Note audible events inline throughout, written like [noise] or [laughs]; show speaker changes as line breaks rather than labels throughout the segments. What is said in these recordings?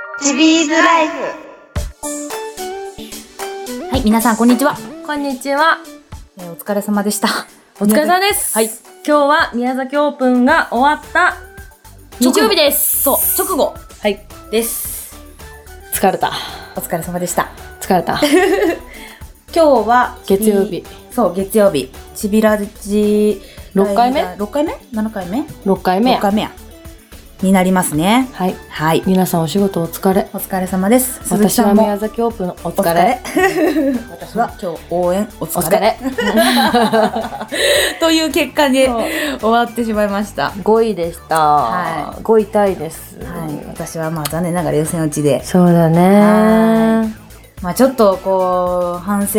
ズライフ
はい、皆さん、こんにちは。
こんにちは。
えーお疲れ様で [laughs] した。
お疲れ様です。
はい。
今日は宮崎オープンが終わった
直後
日曜日です。
そう、直後。
はい。です。疲れた。
お疲れ様でした。
疲れた。
今日は、
月曜日
し。そう、月曜日。ちびらじ。
六回目
?6 回目 ?7 回目
6回目
?6 回目や。になりますね。
はい。
はい。
皆さんお仕事お疲れ。
お疲れ様です。鈴木
私
さ
は
んも
宮崎オープンのお
お
疲
疲
れ
れ。。 [laughs] 私は今日応援お
お
疲
疲
れ。
れ。
[laughs] という結果で
そう
終わってしまいました。
5位でした。
は
5位タイです。
はい。私はまあ残念ながら予選落ちで。
そうだ
は
ね。
まあちょっとこう、反省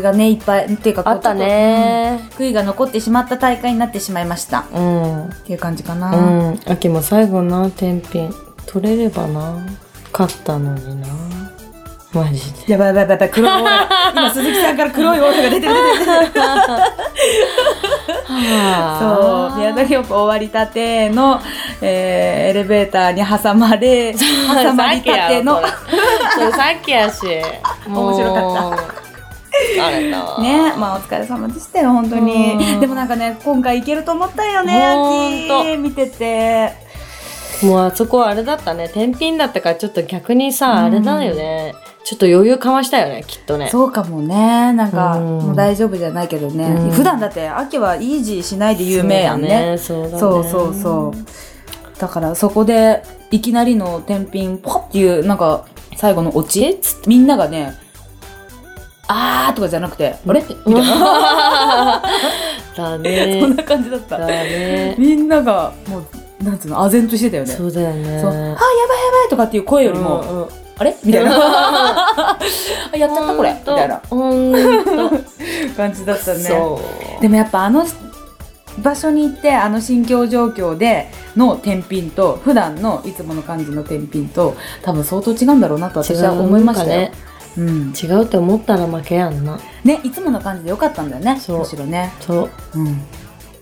がね、いっぱい、っていうかこう
あったね。
悔いが残ってしまった大会になってしまいました。
うん。
っていう感じかな。
うん、秋も最後な天品取れればな勝ったのになマジ
[laughs]
で
やばいやばいやばい、黒いオーラ。
[laughs]
今、鈴木さんから黒いオーラが出てる出てる。そう、宮崎オープン終わりたての、えーエレベーターに挟まれ、挟まりたての、
そうさっきやし
面白か
った疲れたわ
ね、まあお疲れ様でしたよ、本当
う
に。
ん
でもなんかね、今回いけると思ったよね、
ほんと
秋見てて。
もうあそこはあれだったね天品だったからちょっと逆にさあれだよねちょっと余裕かましたよねきっとね
そうかもね、なんか、
うん
もう大丈夫じゃないけど
う
ね。
ん
普段だって、秋はイージーしないで有名やんね。
そうだね
そうそうそう。だからそこでいきなりの天品ポッっていうなんか最後のオチみんながね、あーとかじゃなくて、あ [laughs] れみたい
だ
な。そん
ね
な感じだっ
だ
た。
ね
みんながもう、なんつうの、唖然としてたよね。
そうだよね
そうあー、やばいやばいとかっていう声よりも、
うんうん
あれみたいな。
[laughs]
あやっちゃったこれみたいな
ほんとほんと
感じだったね。
そう
でもやっぱあの場所に行ってあの心境状況での天品と普段のいつもの感じの天品と多分相当違うんだろうなと私は思いましたよ。
ね
うん、
違うって思ったら負けやんな
ねいつもの感じでよかったんだよね
そう
むしろね、
そう
うん、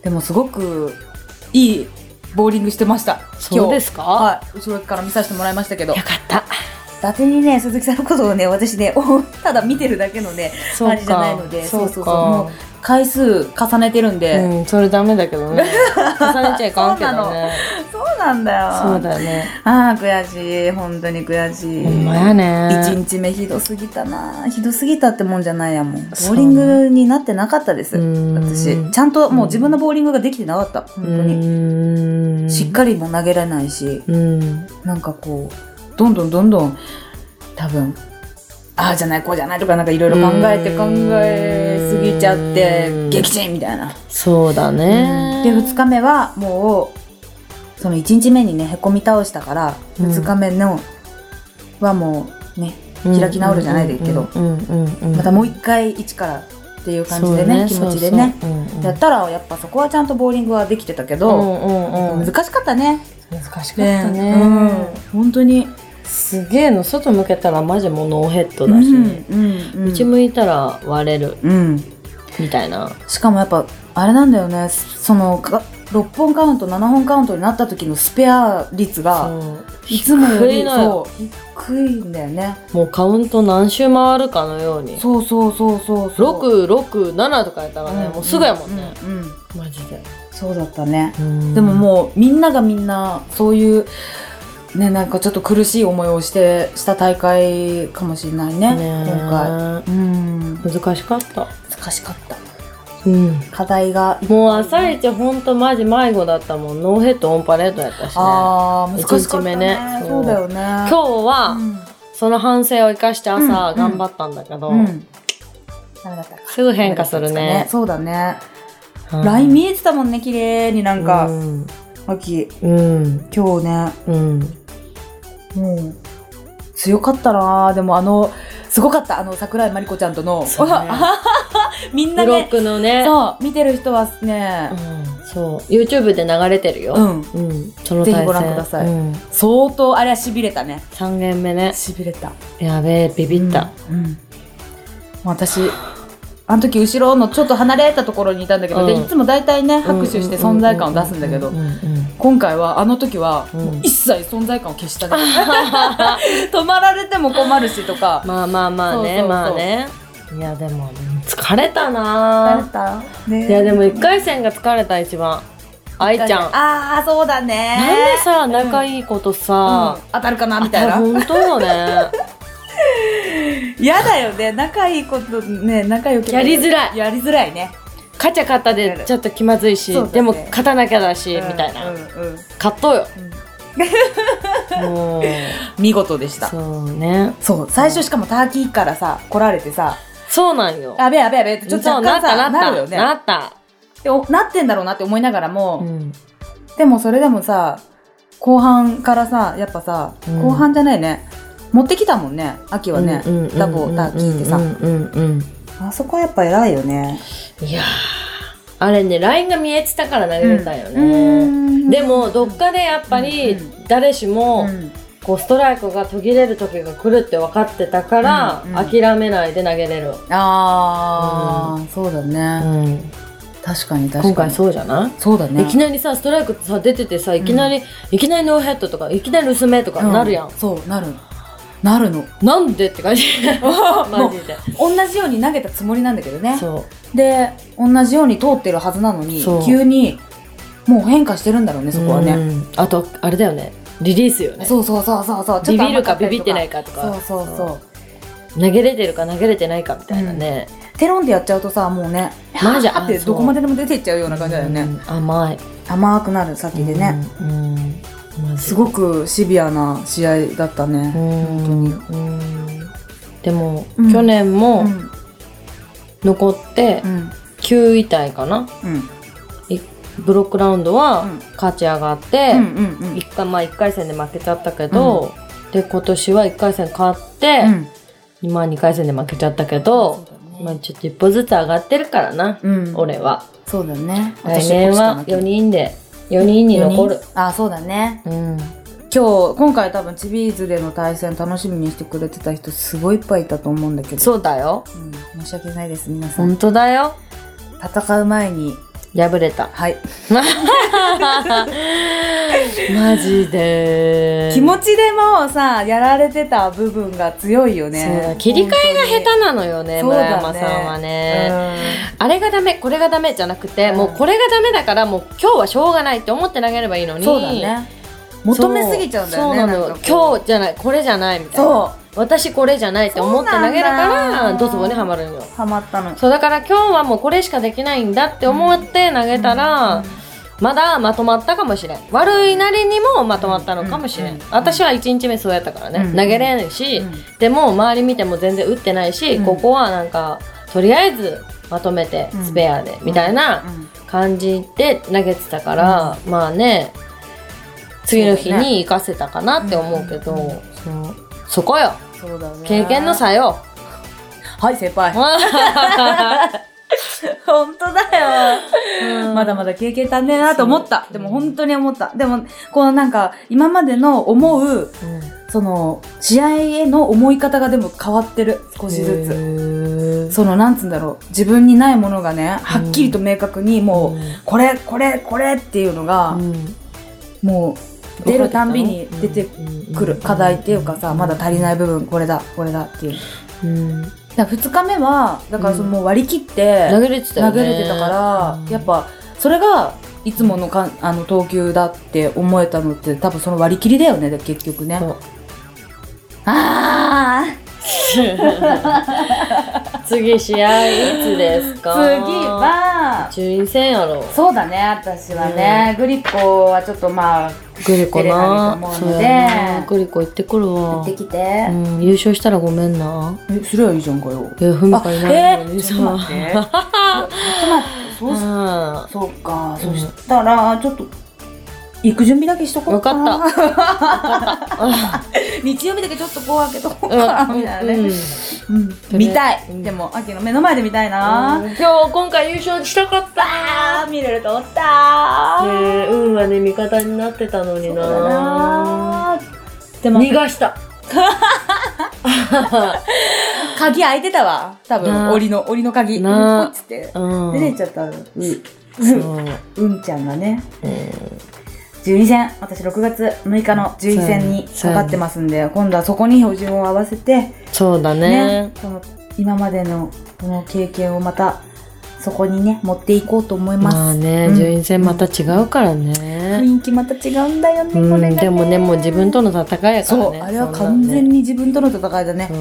でもすごくいいボーリングしてました
そうですか、
はい後ろから見させてもらいましたけど
よかった
伊達にね鈴木さんのことをね私ね [laughs] おただ見てるだけのね
そうか
あれじゃないので
そうか
そうそうそうもう回数重ねてるんで、
うんそれダメだけどね重ねちゃいかんけどね
そうなんだよ
そうだよね
ああ悔しい本当に悔しい
ほんまや
1
ね
日目ひどすぎたなひどすぎたってもんじゃないやもんボ
そ
ー
う
リングになってなかったです
うん
私ちゃんともう自分のボーリングができてなかった
う
本当に
ーん
しっかりも投げられないし
うん
なんかこうどんどんどんどん多分ああじゃないこうじゃないとかなんかいろいろ考えて
うん
考えすぎちゃって
うん
撃沈みたいな
そうだね
で2日目はもうその1日目にねへこみ倒したから
うん
2日目のはもうね開き直るじゃないですけど
うんうんうんうん
またもう一回一からっていう感じでね気持ちでねやったらやっぱそこはちゃんとボーリングはできてたけ
と
ど、難しかったね。
難しかったね
うん、本当に。
すげえの外向けたらマジもうノーヘッドだし、
うん、
内向いたら割れる
うん。
みたいな
しかもやっぱあれなんだよね。そのか6本カウント7本カウントになった時のスペア率が
そう
いつもよ
低
り
いのよ
そう低いんだよね。
もうカウント何周回るかのように
そうそうそうそうそう。
667とかやったらね、
うん
もうすぐやもんね、
うんうんうん
マジで
そうだったね。
で
でももうみんながみんなそういうねなんかちょっと苦しい思いをしてした大会かもしれないね今
今
回うん
回難しかった
難しかった
うん
課題がいっぱい
もう朝一ほんとマジ迷子だったもんノーヘッドオンパレードやったしね今
あー難しかった
一日目
ね
ね
そう
そう
だよね今
日はその反省を生かして
うんう
朝
ん
頑張ったんだけど、
うん、うん、ダメだったか
すぐ変化するね
そうだね
うん
ライン見えてたもんね綺麗になんか、
うん
秋
うん
今日ね
うん
もう強かったなでもあのすごかったあの桜井真理子ちゃんとの、
そう
[laughs]
ね
みんな
ブロッ
ね
クのね
そう見てる人はね
う、んそう YouTube で流れてるよ、
うん
うん、その
ぜ
対戦
ひご覧ください
うん、
相当あれはしびれたね
3ゲーム目ね
しびれた
やべえビビった、
うん、うんもう私あの時後ろのちょっと離れたところにいたんだけど、
うん
でいつも大体ね拍手して存在感を出すんだけど、
うんうんうんうん
今回はあの時は、
うん
もう一切存在感を消したね止まられても困るしとか
まあまあまあね
そうそうそう
まあねいやでも疲れたな
た
いやでも1回戦が疲れた一番愛ちゃん
ああそうだね
なんでさ仲いい子と
うん
さ、
当たるかな
あ
みたいな
本当よね
嫌だよね仲いいことね仲良く
やりづらい
[laughs] やりづらいね
勝ちゃ勝ったでちょっと気まずいし、
そうだね
でも勝たなきゃだし、
うん
みたいな、
うんうん
勝とうよ、
[laughs]
もう
見事でした
そうね
そう最初しかもターキーからさ来られてさ
そうなんよ
あべえやべえやべえってちょっと
そう
若
なっ
干さ
たな
な
ったな
るよね
った、
でおなってんだろうなって思いながらも、
うん、
でもそれでもさ後半からさやっぱさ、
うん
後半じゃないね持ってきたもんね秋はね、
うんうんうんうん
ダボターキーってさ、
うんうんうん
あそこはやっぱ偉いよね
うんいやーあれねラインが見えてたから投げれたよね、
うん
でもどっかでやっぱり
うん
誰しも
うん
こうストライクが途切れる時が来るって分かってたから
うんうん
諦めないで投げれる、
ああ、そうだね、確かに確かに
今回そうじゃない
そうだね
いきなりさストライクさ出ててさいきなり、いきなりノーヘッドとかいきなり薄めとか
う
なるやん、
そうなるなるの
なんでって
[laughs]
感じマジで
同じように投げたつもりなんだけどね
そ
で同じように通ってるはずなのに
そう
急にもう変化してるんだろうね
う
そこはね、
うんあとあれだよねリリースよね
そうそうそうそうそう
ビビるかビ
甘ったり
ビっ
と
てないかとか
そうそうそう
投げれてるか投げれてないかみたいなね、
テロンでやっちゃうとさもうね
マジ
あってどこまででも出ていっちゃうような感じだよね、
うん甘い
甘くなる先でね、
うん、うん
すごくシビアな試合だったね、
本当にでも、
うん
去年も
うん
残って
うん
9位タイかな
うん
ブロックラウンドは
うん
勝ち上がっ
う
て、
んうんうん
一回まあ、1回戦で負けちゃったけど、で今年は1回戦勝って、
うん
まあ2回戦で負けちゃったけど、まあ、ちょっと一歩ずつ上がってるからな、
うん
俺は
そうだね
来年は4
人
人で4人に残る、
あそうだね
うん、
今日今回多分チビーズでの対戦楽しみにしてくれてた人すごいいっぱいいたと思うんだけど
そうだよ
うん、申し訳ないです皆さん、
本当だよ
戦う前に
破れ [laughs] た
はい、
マジで
気持ちでもうさやられてた部分が強いよ
そうだ
ね
切り替えが下手なのよね
そうだ
村
ね
山さんはね
ね
あれがダメこれがダメじゃなくて、
うん
もうこれがダメだからもう今日はしょうがないって思って投げればいいのに
そうだね求めすぎちゃうんだよね
そうそうなのよ今日じゃないこれじゃないみたいな
そ
私これじゃないって思って投げる
そうな
か
ん
ら
だ
ドツボにはまるのよ
うハマったの
そうだから今日はもうこれしかできないんだって思って投げたら、まだまとまったかもしれん悪いなりにもまとまったのかもしれん、
うんうん
私は1日目そうやったからね、
うん
投げれんし、
うん
でも周り見ても全然打ってないし、
うん
ここはなんかとりあえずまとめて
うん
スペアで、みたい
うん
な
うん
感じで投げてたから、まあね次の日
そうだ
に活かせたかなって思うけど、
うんうん
そうそこよ
そうだね
経験の差よ
はい先輩 [laughs] 本当だよまだまだ経験足んねえなと思った。
そう
でも本当に思った。でも、このなんか、今までの思う、
[laughs]
[laughs] その、試合への思い方がでも変わってる。少しず
ず
つ。その、なんつうんだろう。自分にないものがね、はっきりと明確に、もう、これ、これ、これっていうのが、もう、出るたんびに出てくる課題っていうかさ、まだ足りない部分、これだ、これだっていう。
うん
だから2日目は、だからそのもう割り切って、
投げれてたよ
投
ね
げれてたから、
うん
やっぱそれがいつものかあの投球だって思えたのって多分その割り切りだよねで結局ね
そう [laughs]
ああ
次試合いつです
次
か
は
順位戦やろ
そうだね私はね、グリコはちょっとまあ
グリコな
出れないと思うので
そうやなグリコ行ってくる
行
わ
ってきて
う、ん優勝したらごめんな
えすりゃいいじゃんかよ
いやふみ
あ
かいな
え
いの
ー、
に
ちょっと待っ
さ
ていやちょっと待って [laughs] そうし
うん
そうか、そしたらちょっと行く準備だけしとこう
分かった
っ [laughs] 日曜日だけちょっとこう開けとこうかなみたいなね、
うんうん
うん
れ
見たい、
うん
でも秋の目の前で見たいな、
今日今回優勝したかった
あー見れると思ったー、
ねえ運はね味方になってたのに
そうだ
な
なーでも
逃がした
鍵開いてたわ多分
なあ
檻の檻の鍵
なあ
ポチって
うん [laughs]
出れちゃったの
そう
うんちゃんがね
うん
12戦私6月6日の12戦に
そう
か
やね
かってますんで、今度はそこに標準を合わせて
そうだね
ねその今までのこの経験をまたそこにね持っていこうと思います、
まあね
うん
順位戦また違うからね、
雰囲気また違うんだよね、
うん
これがね
でもねもう自分との戦いやからね
そう、あれは完全
に
に自分との戦いだね
そう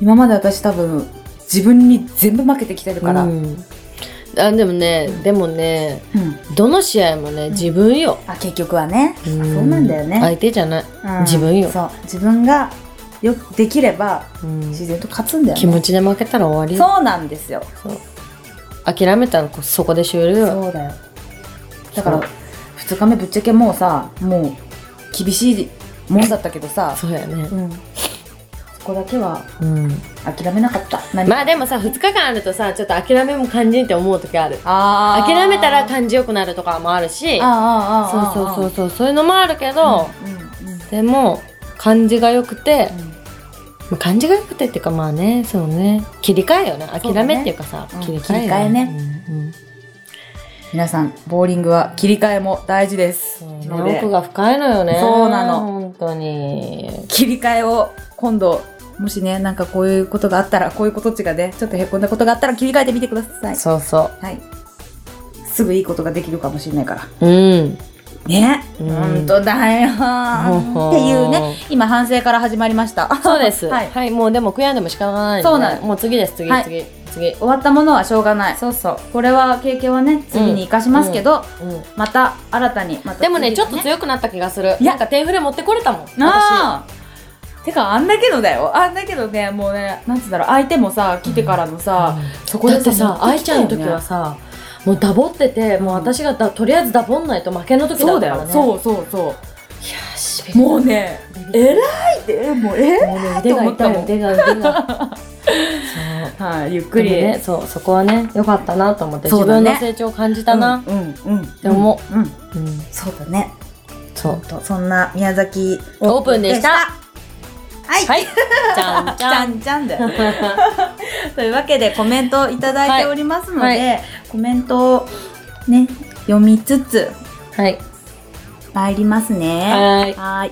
今まで私多分自分に全部負けてきてるから、
う
うん
んあでもねでもねどの試合もね自分よ、
あ結局はね、あ
うん
そうなんだよね、
相手じゃない、
うん
自分よ、
そう自分がよくできれば
うん
自然と勝つんだよね
気持ちで負けたら終わりよ
そうなんですよ
諦めたらこそこで終了よ
そうだよだから
そう
2日目ぶっちゃけもうさもう厳しいもんだったけどさ、
そうやね
うん、そこだけは
うん
諦めなかった何
まあでもさ2日間あるとさちょっと諦めも肝心って思う時ある
あー
諦めたら感じよくなるとかもあるし
あ
そう
ーあーあーあー
そうそうそうそういうのもあるけど、
うんうんうん
でも感じが良くて
う、ん
まあ感じが良くてっていうかまあねそうね切り替えよね
そう
諦
だね
めっていうかさ
うん
切り替えよ
切り替え
うんうん
皆さんボーリングは切り替えも大事です
そう
の
ね
で
奥が深いのよね
そうなの
本当に
切り替えを今度もしねなんかこういうことがあったらこういうことっちがねちょっとへこんだことがあったら切り替えてみてください、
そうそ
はい、すぐいいことができるかもしれないから
ううん
ね、
うん
本当だよ
ほほ
っていうね今反省から始まりました
そうです
は
はいい、もうでも悔やんでも仕方がないんで
そうなの
もう次です次
はい
次次
終わったものはしょうがない
そうそう
これは経験はね次に生かしますけど、
うん
また新たにまた
でもねち
次
ょ
に
っと強くなった気がする
いや
なんか手振れ持ってこれたもん私
なあてかあんだけどだよあんだけどねもうねなんつうんだろう相手もさ来てからのさ、そこ
だ
で
ってさ
持
愛
き
ち
た
ゃ
よ
ん
ね
の時はさもうダボっててもう私がだとりあえずダボんないと負けの時だ
そ
っ
うだ
たから
よ
ね
そうそうそ
いやーしび
う
れ
もうね偉いってえもうえ
もうね腕が痛い腕が腕 [laughs] がそう
はいゆっく
でも
り
ねそうそこはね良かったなと思って、
そ
自
うだね
分の成長を感じたな
うんうんうん
て思
うん、うん、
うん、
そうだね
そう
とそんな宮崎
オープンでした
は
[laughs]
い、
はいじゃん
ち
じゃ [laughs]
ゃ
ん
んちゃんだよというわけでコメントをいただいておりますので、
はい
コメントをね読みつつ
はい
参りますね
はい
はい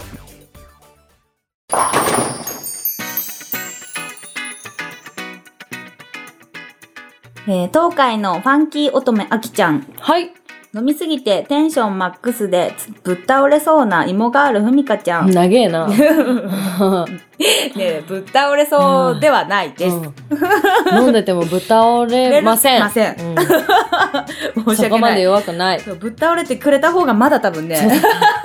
えー東海のファンキー乙女あきちゃん
はい
飲みすぎてテンションマックスでつぶっ倒れそうな芋ガールふみかちゃん。ね
長え [laughs] な
えぶっ倒れそうではないです。
うん飲んでてもぶっ倒
[laughs]
れません。
ぶっ倒れませ
うん
申し
そこ
訳
ま
な
で
い。
弱くない。
そうぶっ倒れてくれた方がまだ多分ね、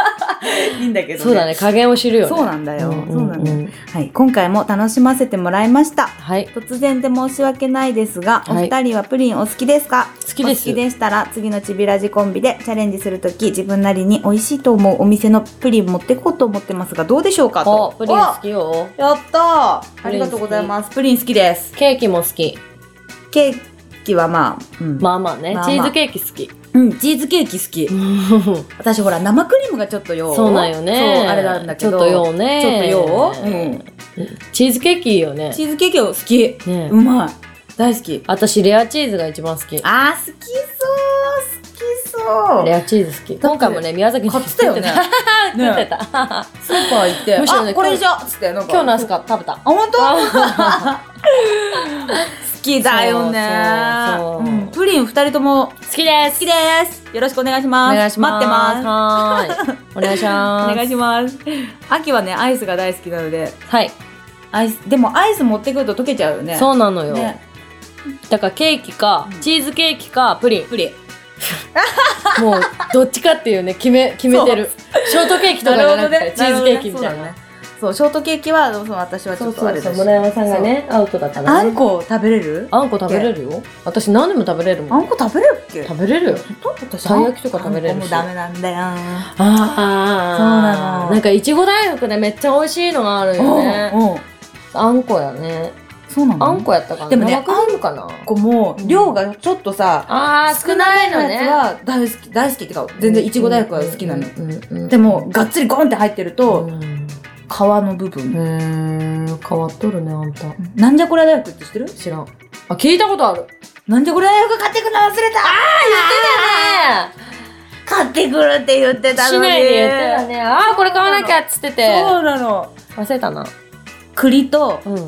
[laughs] いいんだけどね。
そうだね、加減を知るよね。
そうなんだよ。
うん
そうなんだよ
うんうん
はい、今回も楽しませてもらいました。
はい。
突然で申し訳ないですが、お
はい
二人はプリンお好きですか
好きです
お好きでしたら、次のちびラジコンビでチャレンジするとき、自分なりに美味しいと思うお店のプリン持ってこうと思ってますが、どうでしょうか
お、
と。
プリン好きよ。
おやったーあ
プ
り
リン好き
がとうございます。プリン好きです。
ケーキも好き。
ケーキはまあ、うん。
まあまあね、
まあまあ
チーズケーキ好き。
うん、チーズケーキ好き。私ほら、生クリームがちょっとよ
そうなんよね。
そう、あれなんだけど。
ちょっとようね。
ちょっとよう、
チーズケーキいいよね
うん。。チーズケーキを好き。
ね
うまい。大好き。
私、レアチーズが一番好き。レ
あー、好きそう、好きそう。
アチーズ好き。今回もね、宮崎に
買っ
[laughs]
てたよね。
作ってた。
スーパー行って、
むしろね
あ、これじゃっつって、なんか。
今日のアスカ食べた。
あ、本当好きだよね
そうそうそう
うんプリン二人と
[laughs]
も
好きで
好
す
き。です。よろしくお願いし
お
ます。
願いします。
待ってます。
ます。はーい。お願いし
お
ます。
願いします。 [laughs] 秋はね、アイスが大好きなので、
はい。
アイス、でもアイス持ってくると溶けちゃうよね。
そうなのよ。
ね。
だからケーキか、チーズケーキか、プリン。
プリン。
もう、どっちかっていうね、決め、決めてる。ショートケーキとかじゃなくて、チーズケーキみたいな。。
そう、ショートケーキは、そう私はちょっとあれだし。
山さね、アウトだか
あん。こ食べれる
あんこ食べれるよ。私何でも食べれる
あ
もん。
んこ食べれるっけ
食べれるよ。
本当私
たい焼きとか食べれるし
あんこもダメなんだよ。
あ
そうなの
なんか、いちご大福でめっちゃ美味しいのがあるよね。
おうおう
あんこやね。
そうなの
あんこやったかな。
でもね
生クリームかな。
こも量がちょっとさ、
あー、少ないの
やつ
ね。
は大好き、大好きっていうか、全然いちご大福は好きなの。
うんうんうん
でも、がっつりゴンって入ってる
う
と、
ん
皮の部分。
へえ変わっとるねあんた
なんじゃこりゃ大福って知ってる
知らんあ聞いたことある
なんじゃこりゃ大福買ってくの忘れた
あ
買ってくるって言ってた
市
のに
内で言ってたねああこれ買わなきゃっつってて
そうなの
忘れたな
栗と
うん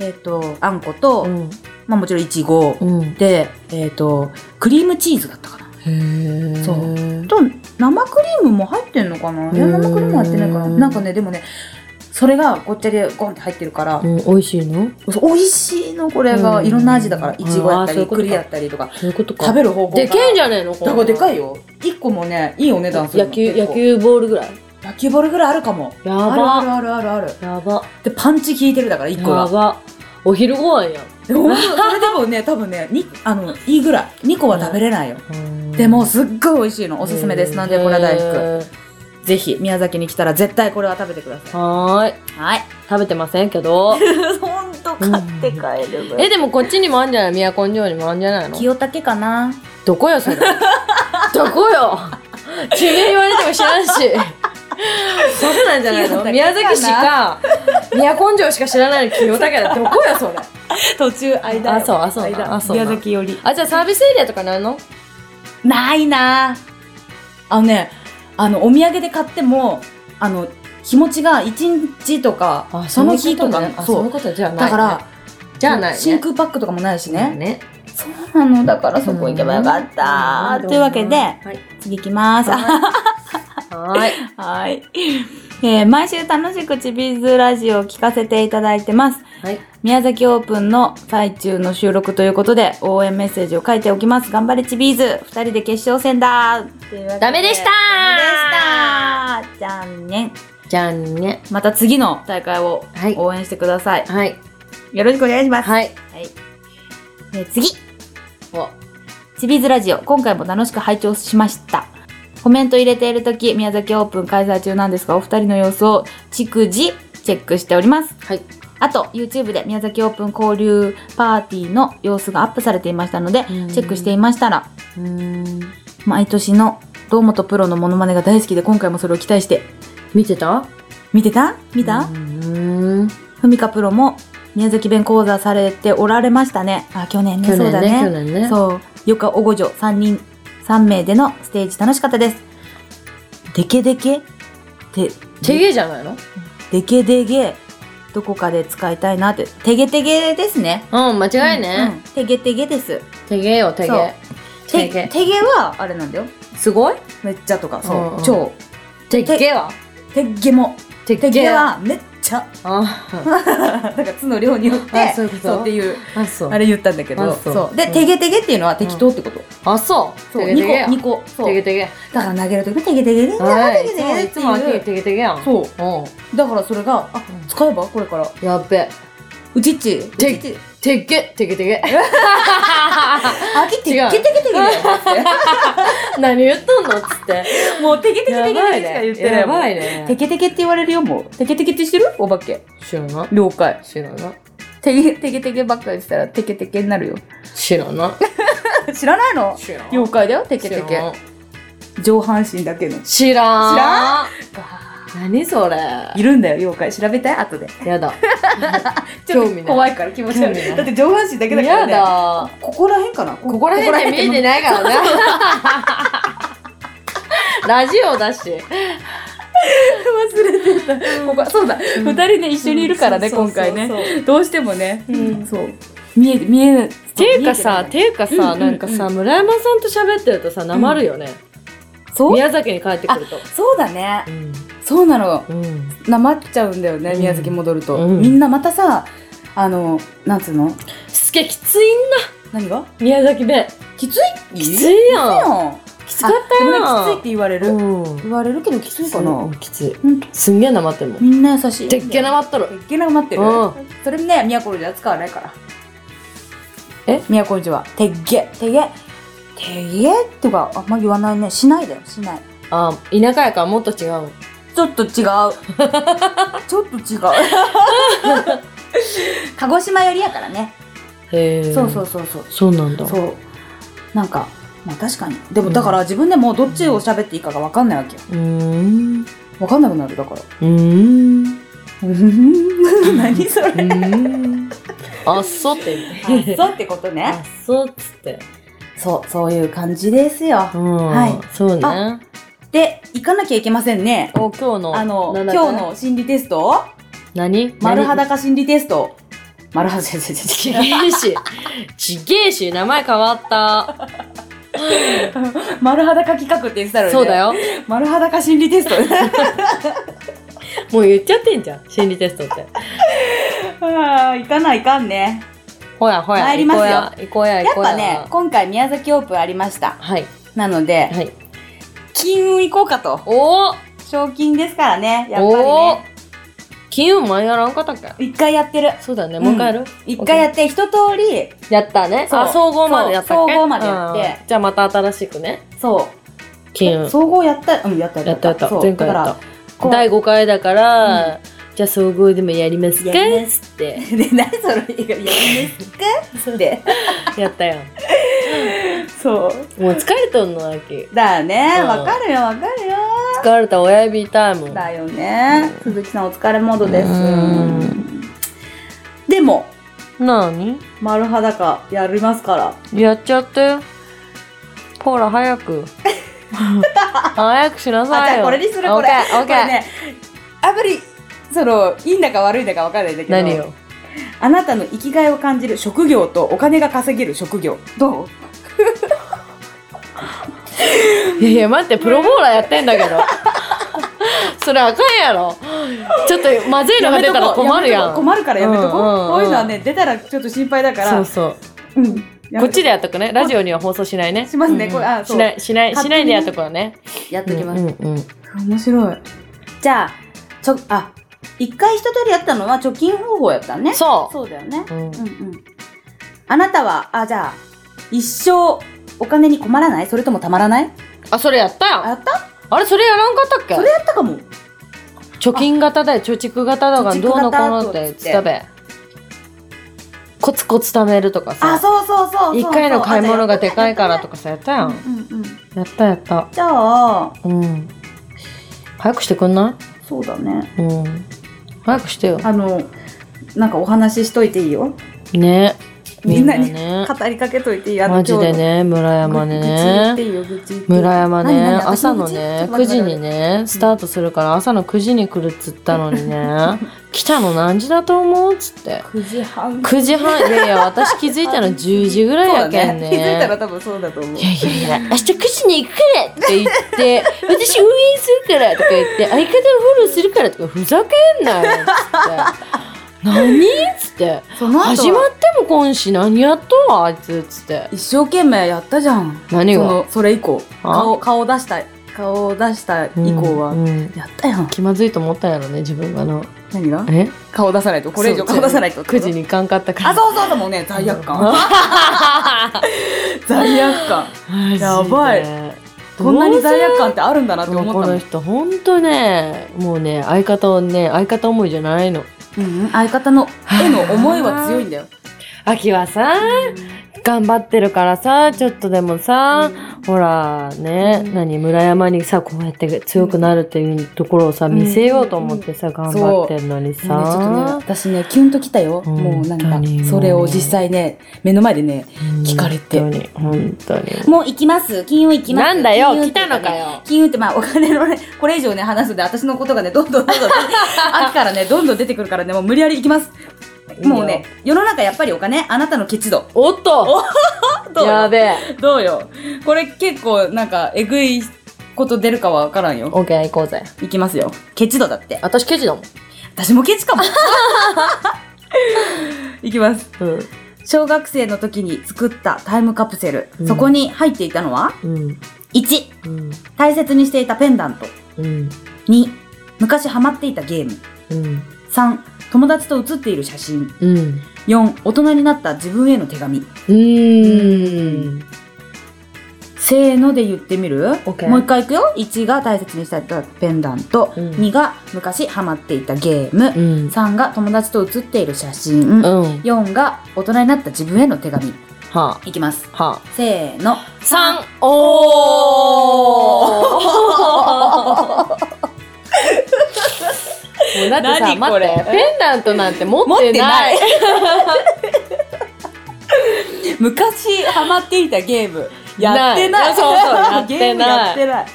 えっ、とあんこと、
うん
まあもちろんいちご
うん
でえっ、とクリームチーズだったかな
へえ
そうと生クリームも入ってんのかないや
うん
生クリームは入ってないからなんかねでもねそれがごっちゃでゴンって入ってるから、
うん美味しいの
そう美味しいのこれが
うん
いろんな味だからいちごやった
あーそうい
り
うことか
栗やったりとか
そういうことか
食べる方法が
でけえんじゃねえのこ
だからでか
い
いよ1個もねいいお値段する
野
の
球
結構
野球ボールぐらい
野球ボールぐらいあるかも
や
あるある
ば
あるあるある
やば
でパンチ効いてるだから1
や
個が
ばお昼ご飯やん
でもそれでもね多分ねにあのいいぐらい2個は食べれないよ
うん
でもすっごい美味しいのおすすめですなんでこれは大福
へ
ぜひ宮崎に来たら絶対これは食べてくださ
ーはーい
い [laughs] はい
食べてませんけど
ほんと買って帰るぐらい
えでもこっちにもあんじゃない都城にもあんじゃないの
清武かな
どこよ [laughs] それどこよ地名言われても知らんしそうなんじゃない
清
の
武かな
宮崎市か都城しか知らないの清武だどこよそれ
途中間
あそうあそう
間
あそう
宮崎より
あじゃあサービスエリアとかないの
ないなあのねあのお土産で買ってもあの日持ちが1日とか
あ
その日とか
そういうことねあ
そう
そういうことじゃないね
だから、
じゃあないね
真空パックとかもないしね。
ね
そうなの、だから
そこ行けばよか
った
ん
というわけ
は
で、
い
次行きます。
はい
[laughs] はい。えー毎週楽しくチビーズラジオを聞かせていただいてます。
はい
宮崎オープンの最中の収録ということで、応援メッセージを書いておきます。頑張れチビーズ二人で決勝戦だというわけ
ダメでした
ダメでしたじゃんねん。
じゃんね
また次の大会を
はい
応援してください。
はい
よろしくお願いします。
はい
はい。えー次
お
チビーズラジオ、今回も楽しく拝聴しました。コメント入れているとき、宮崎オープン開催中なんですが、お二人の様子を逐次チェックしております。
はい
あと、YouTube で宮崎オープン交流パーティーの様子がアップされていましたので、チ
うん
ェックしていましたら、
うーん
毎年の堂本プロのモノマネが大好きで、今回もそれを期待して、
見てた
見てた見
う
た
ーん
ふみかプロも宮崎弁講座されておられましたね。あ、去年ね、
去
そう
年
だ
ね去
ね。
年ね
そう。よかおごじょ3人、3名でのステージ楽しかったです。でけでけて、
て
で
げじゃないの
でけでげ、どこかで使いたいなって。てげてげですね。
うん間違い
うん。う
ね
んてげてげです。
てげよて
そう
げてげ
てげは、あれなんだよ。
すごい
めっちゃとか、
うん
そうう。
ん
超。
てげは
てっげも。
て
てっげは、めっちゃ。 [laughs]
あ
だから、つの量によって
あ、そういうこと
っていう、
あそう
あれ言ったんだけど。
あそう
そう。で、
うん
てげてげっていうのは適当ってこと。
あそう
そう、
てげてげや
2個、2個。そう
てげてげ
だから投げるときもテゲテゲで、
は
テ
い
ゲ
い
テ
つ
ゲ
も
で
い
って
つも秋
いう。
てげてげやん
そう。
うん
だからそれが、あ、使えばこれから。
やっべ
うちっち。うち
て
っち。
てげてげてげ
あ、きって、テ
違う
ゲテゲテゲだよ
[laughs] 何言っとんのっつって
[laughs] もうテゲテゲ
や
テゲ
ば
テ
い
ゲしか言
ね
ってない。
やばい
もうテ
ね
ゲテゲって言われるよ、もう。テゲテゲってしてるお化け。
知らな
了解。
知らな
テゲテゲテゲばっかりしたらテケテケになるよ。
知らな
[laughs] 知らないの
知らん
了解だよ、テケテ
知ら
ケ
ん。
上半身だけの。
知らん
知ら
何それ
いるんだよ、妖怪。調べたい後で。
やだ
ちょっ
興味な
と
い
怖いから気持ち悪。
興味ないい
だって上半身だけだから
や
ね。
だ
ここら辺かな
ここら辺って見えてないからねラジオだし
忘れてた。ここそうだ、
ん
二、人ね、一緒にいるからね、
そうそ
今
うそう
回ね。どうしてもね、
うん
そう。見え、見え、
ていうかさて
見え
いうかさ、
うんうんうん
なんかさ村山さんと喋ってるとさなまるよね、
そう
宮崎に帰ってくると
そうだね
う。ん
そうなの。
うん
なまっちゃうんだよね、
うん
宮崎戻ると、
うん
みんなまたさ、あの、なんつうの
すげえきついんな
何が
宮崎弁
きつい
きついやん
よ。
きつかった
あでもねき
よ
ついって言われる。
うん
言われるけどきついかな。ほ
うんきつい
んと
すんげえなまってんもん
みんな優しい。
でっけえなまっとる
でっけな待ってる
うん。
それね、宮古島では使わないから。
え
宮古島は、てっげ、てげ、てげとかあんま言わないね。しないだよ、しない。
あ田舎やからもっと違う
ちょっ [laughs] と違う。ちょっと違う。 [laughs] 鹿児島寄りやからね。
へえ
そうそうそうそう。
そうなんだ
そう。なんか、まあ確かに。でも
うん
だから自分でもうどっちを喋っていいかがわかんないわけよ。
うーん
わかんなくなる、だ [laughs] から。
うーん
何それ。
うんあっそって言って
あそうってことね
あ。っそっつって
そう、そういう感じですよ。
うん、
は
そうね。
あで、行かなきゃいけませんね。
お今日の
あの、
なんだ
今日
っけ
の心理テスト
何
丸裸心理テスト。丸裸、違う違
ち [laughs]
う違
げえし。ちげえし、名前変わっ
[laughs]
た。
う丸裸企画って言ってたのにね
そうだ。よ。
丸裸心理テ
[laughs]
スト。
もう言っちゃってんじゃん、心理テストって。
あー行かないかんね。
ほやほや。
参りますよ
行こうや、
や
行
っ
こうや。
ぱね、今回宮崎オープンありました。
はい。
なので、
はい。
金運行こうかと。
おお
賞金ですからね、やっぱり
おお
ね。
金運前やらんかったっけ
一回やってる。
そうだよね、もう一回やる
一回やって、一通り、
やったね。
そう
あ、総合までやったっけ
そう総合までやって
うんじゃあまた新しくね。
そ
金運
う。。総合やった、うん、やった
やったやった。
そう
前回
だか
や
ら
っ
こ
た。
う
第5回だから、じゃあ総合でもやりますか
やりま
つって。
[laughs] で、何それ、やるんです
[laughs]
かって。
やった
[laughs]
やん。
そう。
もう疲れとんの、秋。
だね、
うん
わかるよ、わかるよ。
疲れた親指痛いもん。
だよね。鈴木さん、お疲れモードです
う。
でも、
なに
丸裸やりますから。
やっちゃって。ほら、早
[laughs]
く。早くしな
あ、
さい
じゃ
よ。
あこれにする、
オ
これ。
ッケー、オッ
こ
ケ
れ
ー。
ね、あんまり、その、いいんだか悪いんだかわかんないんだけど。
何よ。
あなたの生きがいを感じる職業とお金が稼げる職業。どう
いやいや、待って、プロボーラーやってんだけど。 [laughs] それあかんやろ。ちょっと、まずいのが出たら困るやん。
困るからやめとこう。
うんうんうん
こういうのはね、出たらちょっと心配だか
そ
ら
う。そう。
うん。
こっち
で
でやっとくね。ラジオには放送しないね。
しますね
うん
これあそう
しない、しない、し
勝
な
手
い
にね
でやっとくわね。
やっときます。
うんうんうん
面白い。じゃあ、ちょ、あ、一回一通りやったのは貯金方法やったね。
そう
そうだよね。
うん
うんうん。あなたは、あ、じゃあ、一生お金に困らないそれともたまらない
あ、それやった
あ
やん。
やった
あれ、それやらんかったっけ
それやったかも。
貯金型だよ、貯蓄型だが、
貯蓄
ど
型
うのこうのって言ってたべ。コツコツ貯めるとか
あ、
さ。
そうそうそうそう。
一回の買い物がでかいからと
か。
かさ、やったや
うん
ん。
うんうん。
やったやった。
じゃあ、
うん。早くしてくんな
そうだね。
いうん。早くしてよ。
あの、なんかお話ししといていいよ。
ね。
み
み
ん
ん
な
な
に
ね。
語りかけといていいあの
マジで。ね、村山
今日の
で
愚痴言って
ね。
いいよ、愚痴言っていい
村山
何
ね、
何私
朝の
愚
ね、
痴ちょっ
9
と待
時
って
にね、スタートするから朝の9時に来るっつったの
[laughs]
にね、来たの何時だと思うっつって。
9時半
9時半、いやいや、
[laughs]
私気づいたの10時ぐらい
そうだ
やけん
ね
ね。
気づいたら多分そうだと思う
いやいやいや、明日9時に行くからって言って、私応援するからとか言って、相方をフォローするからとか、ふざけんなよっつって。何っつって。
その後は
始まっても今し何やっとんわあいつっつって。
一生懸命やったじゃん
何
そ
が
のそれ以降
あ
顔顔出した顔を出した以降は、
うんうん
やったやん
気まずいと思ったんやろね、自分がの。
何が
え
顔出さないとこれ以上
そう
顔出さないと
9時に行かんかったから。
あそうそうそうもうね罪悪感罪悪 [laughs] 感
[laughs] マジで
やばい。こんなに罪悪感ってあるんだなって
で
思
もこ
ったの
の人、ほんとね、もうね、相方をね、相方思いじゃないの。
うんうん相方の絵の思いは強いん [laughs] だよ
秋はさ、頑張ってるからさ、ちょっとでもさ、ほらね、
うん
何、村山にさ、こうやって強くなるっていうところをさ、
うん
見せようと思ってさ、頑張ってんのに
もうね、ちょっとね
さ、
私ねキュンときたよ
本当に
もうなんかそれを実際ね目の前でね聞かれて
本当に、本当に。
もう行きます金運行きま
な
す
んだよ
金運ってい
来
うね
たのかよ
金運ってまあお金のね [laughs] これ以上ね話すので私のことがねどんどんどんどん
[laughs]
秋からねどんどん出てくるからねもう無理やり行きますもうね世の中やっぱりお金あなたのケチ度
おっと
どう
や
よ
べえ。
どうよこれ結構なんかえぐいこと出るかは分からんよ
オッケー行こうぜ。
行きますよケチ度だって
私ケチだもん。
私もケチ
[laughs]
かも行きます
うん。
小学生の時に作ったタイムカプセル、
うん
そこに入っていたのは
うん。
1
うん。
大切にしていたペンダント
うん。
2昔ハマっていたゲーム
うん。
3友達と写っている写真
うん。
4大人になった自分への手紙
うーん。
せーので言ってみる、
OK
もう一回いくよ1が大切にしていたペンダント、
うん
2が昔ハマっていたゲーム、
うん。
3が友達と写っている写真、
うん。
4が大人になった自分への手紙
はい
きます
あ。はあ。
せーの
三おーもうだってさ
何こ
待っ
れ
てペンダントなんて持ってない
持 [laughs] 昔ハマっていたゲームやってない
ないそうそうやってない
ゲームやってない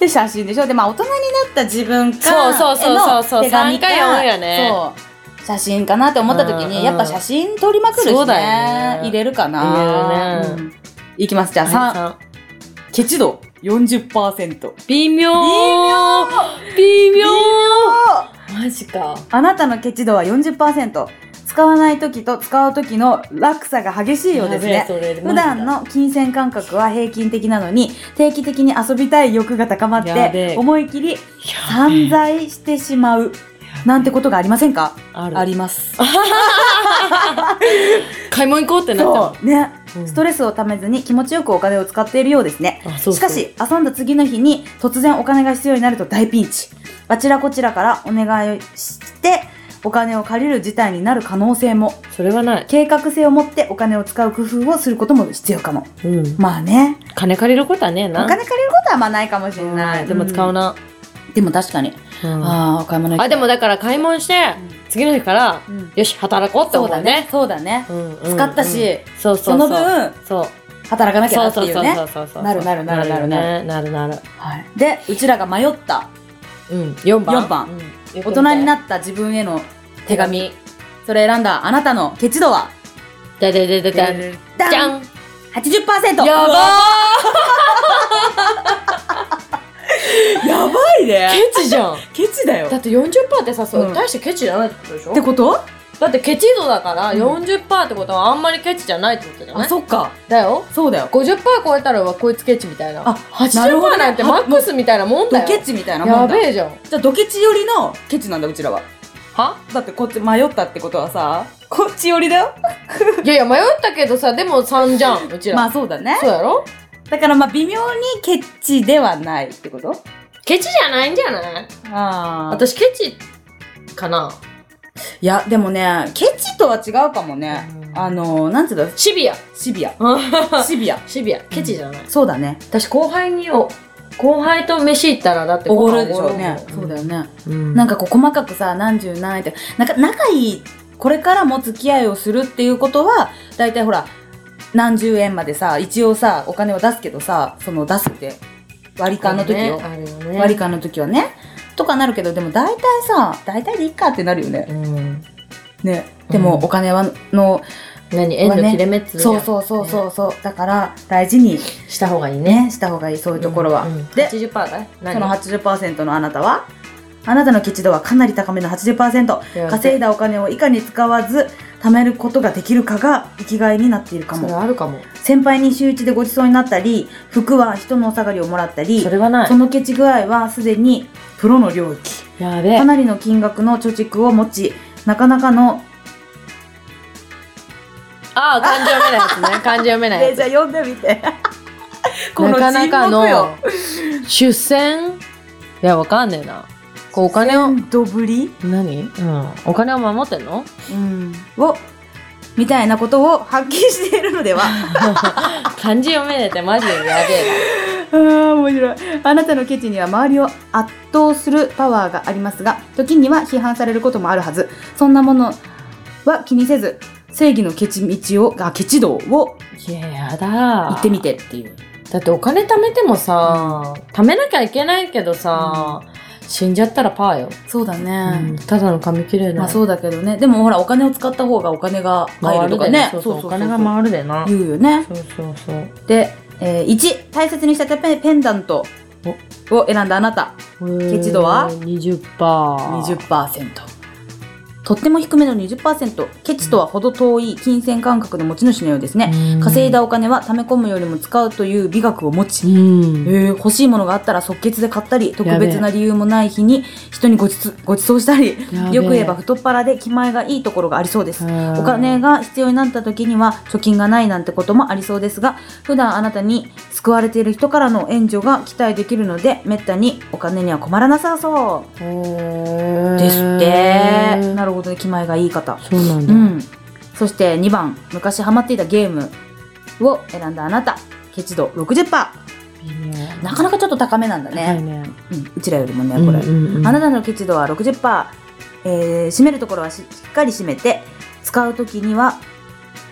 で写真でしょでまあ大人になった自分か
そうそうそうそうそう
への手紙か
三回読むよね
そう写真かなって思った時
うんうん
にやっぱ写真撮りまくるしね
そうだよね
入れるかな
入れるね
うんいきますじゃあ
さ
三ケチ度40%
微妙微妙マジか。
あなたのケチ度は40%使わない時と使う時の落差が激しいようですね
やべえそれ
普段の金銭感覚は平均的なのに定期的に遊びたい欲が高まっ
やべえ
て思い切り
マジ
散
だ
財してしまうなんてことがありませんか
ある
あります。
買い物行こうってなったも
そ
ん
うね、
うん
ストレスをためずに気持ちよくお金を使っているようですね。
あそうそう
しかし遊んだ次の日に突然お金が必要になると大ピンチあちらこちらからお願いをしてお金を借りる事態になる可能性も
それはない。
計画性を持ってお金を使う工夫をすることも必要かも
うん。
まあね
金借りることはねえ
お
な。
金借りることはまあないかもしれな
う
い
んでも使う
な、
な。
うんでも確かに、
うん
ああお買い物行きたい
あ、でもだから買い物して、次の日から、
うん
よし、働こうって
そ
思
うだ
う
ね
ね。
そうだね、
うんうん
使ったし、
うんそうそう
その分
そう。
働かなきゃ
そ
な
う
って
そう
い
そうう
ね
そうそうそう。
なるなるなるなるな
ねなるなる。
はい、でうちらが迷った
うん。4番。
四番
うん。
大人にな
っ
った自分への
た手
手紙
紙。
それ選んだあなたのケチ度は
だだだだだ。じゃ
ダン
ん
80%
や
[laughs]
ば
やばい
ー
ね
ケチじゃん
ケチだよ
だ
っ
って40%ってさ、そう
うん
大してケチじゃないってことでしょ
てこと
だってケチ度だから
うん
40%ってことはあんまりケチじゃないってことじゃない、
あそっか
だよ
そうだよ
50%超えたらうわこいつケチみたいな
あなる
80%
ほどね
なんてマックスみたいなもんだ
ド
よ
ケチみたいなも
や
んだ
べえじゃん
じゃあドケチ寄りのケチなんだうちらは
は
だってこっち迷ったってことはさこっち寄りだよ
いやいや迷ったけどさでも3じゃんうちら、
まあそうだね
そうやろ
だからまあ微妙にケチではないってこと
ケチじゃないんじゃない
あ私
私ケチかない
やでもねケチとは違うかもね
うん
あのなんつうの
シ
[laughs]
ビア
シビアシビア
シビアケチじゃない、
そうだね
私後輩によ後輩と飯行ったらだって
お
ご
ご
飯
るでしょうね
おご
そうだよね
るもんうん
なんかこう細かくさ何十何円ってなんか仲いいこれからも付き合いをするっていうことは大体ほら何十円までさ一応さお金を出すけどさその出すって割り勘の時
ね
を、
あるよね
割り勘の時はねとかなるけどでも大体さ大体でいいかってなるよね
うん
ねでも
うん
お金はの、
何縁の切れ目っつうやん
そうそうそうそうそうだから大事に
した方がいいね
ねした方がいいそういうところは、
うんうん
で
80%だよ何
その80%のあなたはあなたのケチ度はかなり高めの80%
いや
稼いだお金をいかに使わず貯めることができるかが生きがいになっているか
それ
も
あるかも
先輩に週一でごちそうになったり服は人のお下がりをもらったり
それはない
そのケチ具合はすでにプロの領域
やべえ
かなりの金額の貯蓄を持ちなかなかの
ああ漢字読めないやつね漢字読めないやつ
ゃあ読んでみて
なかなかの出船いやわかんねえなこうお金を
どぶり、
何うんお金を守ってんの
うん、をみたいなことを発揮しているのでは [laughs]
漢字読めねえってマジでやべえ
あー面白いあなたのケチには周りを圧倒するパワーがありますが時には批判されることもあるはずそんなものは気にせず正義のケチ道をあケチ道を
ないややだ
行ってみてっていう
だってお金貯めてもさ貯めなきゃいけないけどさ死んじゃったらパーよ
そうだ
うん
ね、
ただの紙切れ
ま
な
あそうだけどねでもほらお金を使った方がお金が入
回
る
る
とか
でね
ね
そうそうお金が回るでな
言うよね
そうそうそう
で、えー1大切にしたペペンダントを選んだあなたケチ度は
えー ?20%。
20%とっても低めの20%ケチとは程遠い金銭感覚の持ち主のようですね、
20%
稼い。だお金は貯め込むよりも使うという美学を持
う
ち、
ん。
えー欲しいものがあったら即決で買ったり特
やべえ
別な理由もない日に人にごちつごちそうしたり
やべえ
よく言えば太っ腹で気前がいいところがありそうですお
お
金が必要になった時には貯金がないなんてこともありそうですが普段あなたに救われている人からの援助が期待できるのでめったにお金には困らなさそうですって。なるほどね、気前がいい方。
そうなん
う
だ。
ん。そして2番、昔ハマっていたゲームを選んだあなた。ケチ度60%。なかなかちょっと高めなんだ
高い
ね。
ね。
うん。うちらよりもね、これ。あなたのケチ度は60%。えー、締めるところはししっかり締めて、使うときには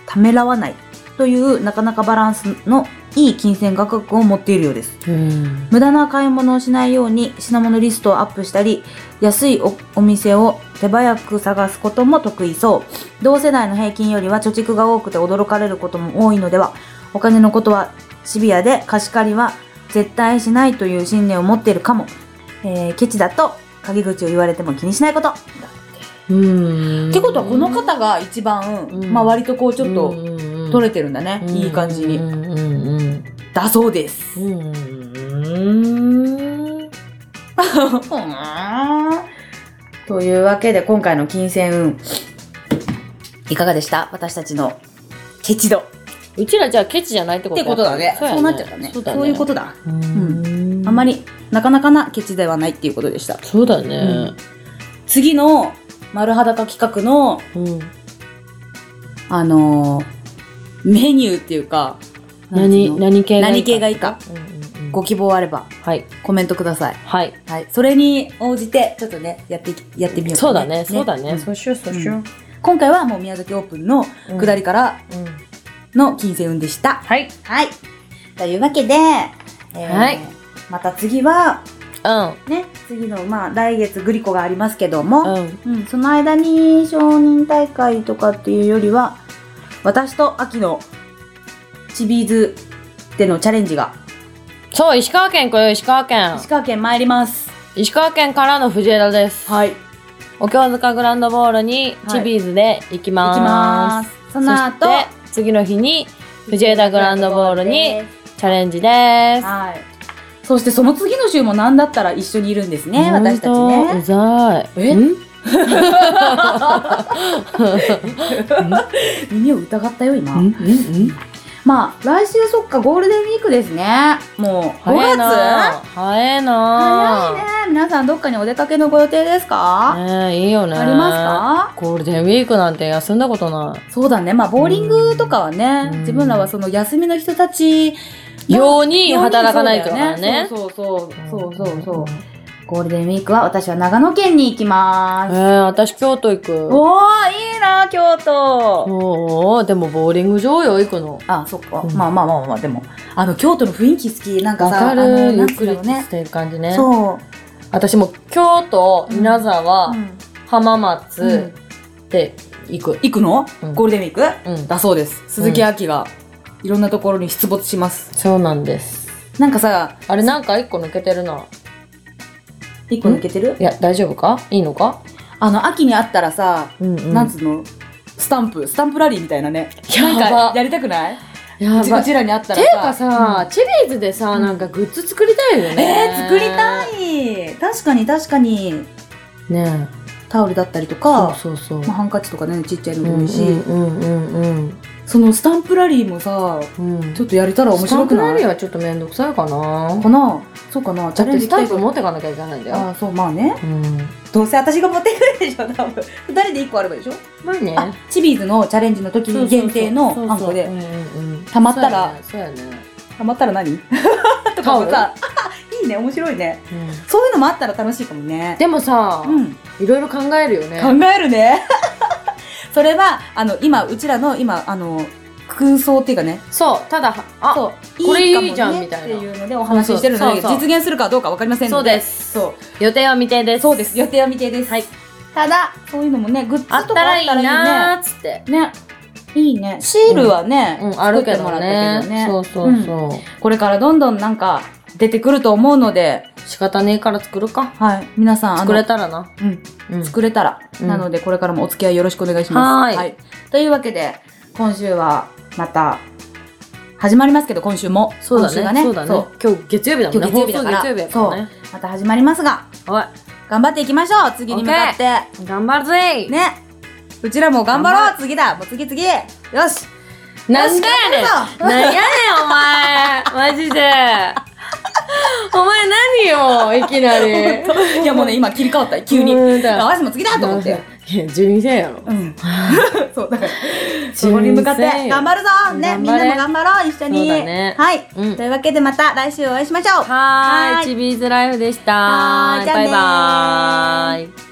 ためらわない。というなかなかバランスのいい金銭価格を持っているようです。
うん
無駄な買い物をしないように品物リストをアップしたり、安いおお店を手早く探すことも得意そう。同世代の平均よりは貯蓄が多くて驚かれることも多いのでは、お金のことはシビアで貸し借りは絶対しないという信念を持っているかも。えーケチだと陰口を言われても気にしないこと。
うん
ってことはこの方が一番、
うん
まあ割とこうちょっと取れてるんだね、
うん
いい感じに、
うんうんうん
だそうです、
うんうん
[laughs] というわけで今回の金銭運いかがでした私たちのケチ度っ
うちらじゃあケチじゃないってこと
てことだねそう
や
なっちゃったねそ
そううだね
いうことだ、
うん
あまりなかなかなケチではないっていうことでした
そうだね
次の丸裸企画の
うん
あのーメニューっていうかなんていう
何
の
何系がいい
何
か
系がいいか
うんうんうん
ご希望あれば
はい
コメントください
はい
はい、それに応じてちょっとねやっていきやってみようか、
そうだねそうだね
ん
そうしようそうしよう
今回はもう宮崎オープンの
うん
下りから
うん
の金星運でした、
はい
はいというわけで、えー
はい
また次は
う
ね次のまあ来月グリコがありますけども、
んうん
うんその間に承認大会とかっていうよりは私と秋のチビーズでのチャレンジが
そう石川県こよ石川県
石川県参ります
石川県からの藤枝です
はい行き
お京塚グランドボールに
はい
チビーズで行きます,、
ますそ
そ
の後
して次の日に藤枝グランドボールにチャレンジです
はい。そしてその次の週もなんだったら一緒にいるんですね、私たち
本当う
ね。
ざい
え
ん
耳を疑ったよ、
ん
今。
ん
まあ、来週そっか、ゴールデンウィークですね。もう、5
早いな
月
早い
早いね
な。
皆さんどっかにお出かけのご予定ですか
ねえいいよね
ありますか
ゴールデンウィークなんて休んだことな
そうだね。まあ、ボーリングとかはね
う、ん
自分らはその休みの人たち
いように働かないとからね
そうそうそうそうそうそう。ゴールデンウィークは私は長野県に行き
え
ます。
ー、私京都行く
おー、いいな、京都。
おーでもボーリング場よ行くの
あ、そっか。
うん
まあまあまあまあ、でも、あの、京都の雰囲気好き。なんか
わ
さ、
か
あの
るゆ
な
っ
んつう
く
の
りしてる感じね
そう。
私も京都稲沢、
うん
浜
うん
松で行く
行くの、
うん
ゴールデンウィーク
うん
だそうです。鈴木亜希が、いろんなところに出没します。
そうなんです
なんかさ、
あれなんか一個抜けてるな
一個抜けてる
いや大丈夫かいいのか
あの、秋にあったらさ、
うんうん
なんつうのスタンプ、スタンプラリーみたいなね。
やば
なんか、やりたくない
や
うち
ば
こ
いて
ちらにあったら
い
さ。
うかさ、チリーズでさなんかグッズ作りたいよ
うん、え
ね
ー、作りたい確かに確かに、
いね
タオルだったりと
え
か、
そうそう
ま
そ
あ、ハンカチとかね、ちっちゃいの
う
でもいいし、
うんうんうん
そのスタンプラリーもさ、
うんうん
ちょっとやれたら面白く
スタンプラ
な
リ
い
ーはちょっとめんどくさいかな
かなそうかなチ
だっ
ャレン
て
ジ
ス
した
タ
い
ンプ
と
持ってかなきゃいけないんだ
あ
よ
あそうまあね
うん
どうせ私が持ってくるでしょ多分2人で1個あればいいでしょ、
まあね
あチビーズのチャレンジの時に限定のあんこで溜
た
まったら
そうやねそうやね
ハマったら何と
タ
か
オ
も
ル
さいいね面白いねそういうのもあったら楽しいかもね
でもさ、
うん
いろいろ考えるよね。
考えるね [laughs] それはあの今うちらの今あの空想っていうかね
そう、ただ、あ、
そう
これ
かもね
いいじゃんみたいな
っていうのでお話ししてるので
そうそう
実現するかどうかわかりませんの
そうです
そう
予定は未定です。
そうです。予定は未定です。
はい
ただ、そういうのもね、グッズとか
あ
あっ
った
たら
らい
い
い
い
なー
ね。
っつって。
ね。いいね。シールはね、
うん、あるけ
作って
ど
もら
ね
ったけどね
そうそうそう、
これからどんどんなんか出てくると思うので、
仕方ねえから作るか。
はい。皆さん、あの
作れたらな。
うん、
うん。
作れたら、
うん
なので、これからもお付き合いよろしくお願いします。
はーい
というわけで、今週はまた、始まりますけど、今週も。
そうだ
今週が
ね。そうだね。今日月曜日だもんね。
今日月曜日だから
放送月曜日だからね。
また始まりますが、
は
頑張っていきましょう次に向かって。
い。頑張るぜ
ね。うちらも頑張ろ
頑
う次だもう次次よし
なんだやねんなんやねん、お前マジ
[laughs]
でお前何よいきなり。
[laughs] いやもうね、今切り替わった、急に。
うんだ
あ、わしも次だと思って。
いや、12歳やろ。
[laughs] うん。そう、 [laughs] だから、そこに向かって
人生
頑張るぞね、
頑張れ
みんなも頑張ろう一緒に。
そうだね
はい。
うん
というわけでまた来週お会いしましょう
はーい、
ー
チビーズライフでした。
はーいじゃあ
バ
ね
イ
ー
バーイ。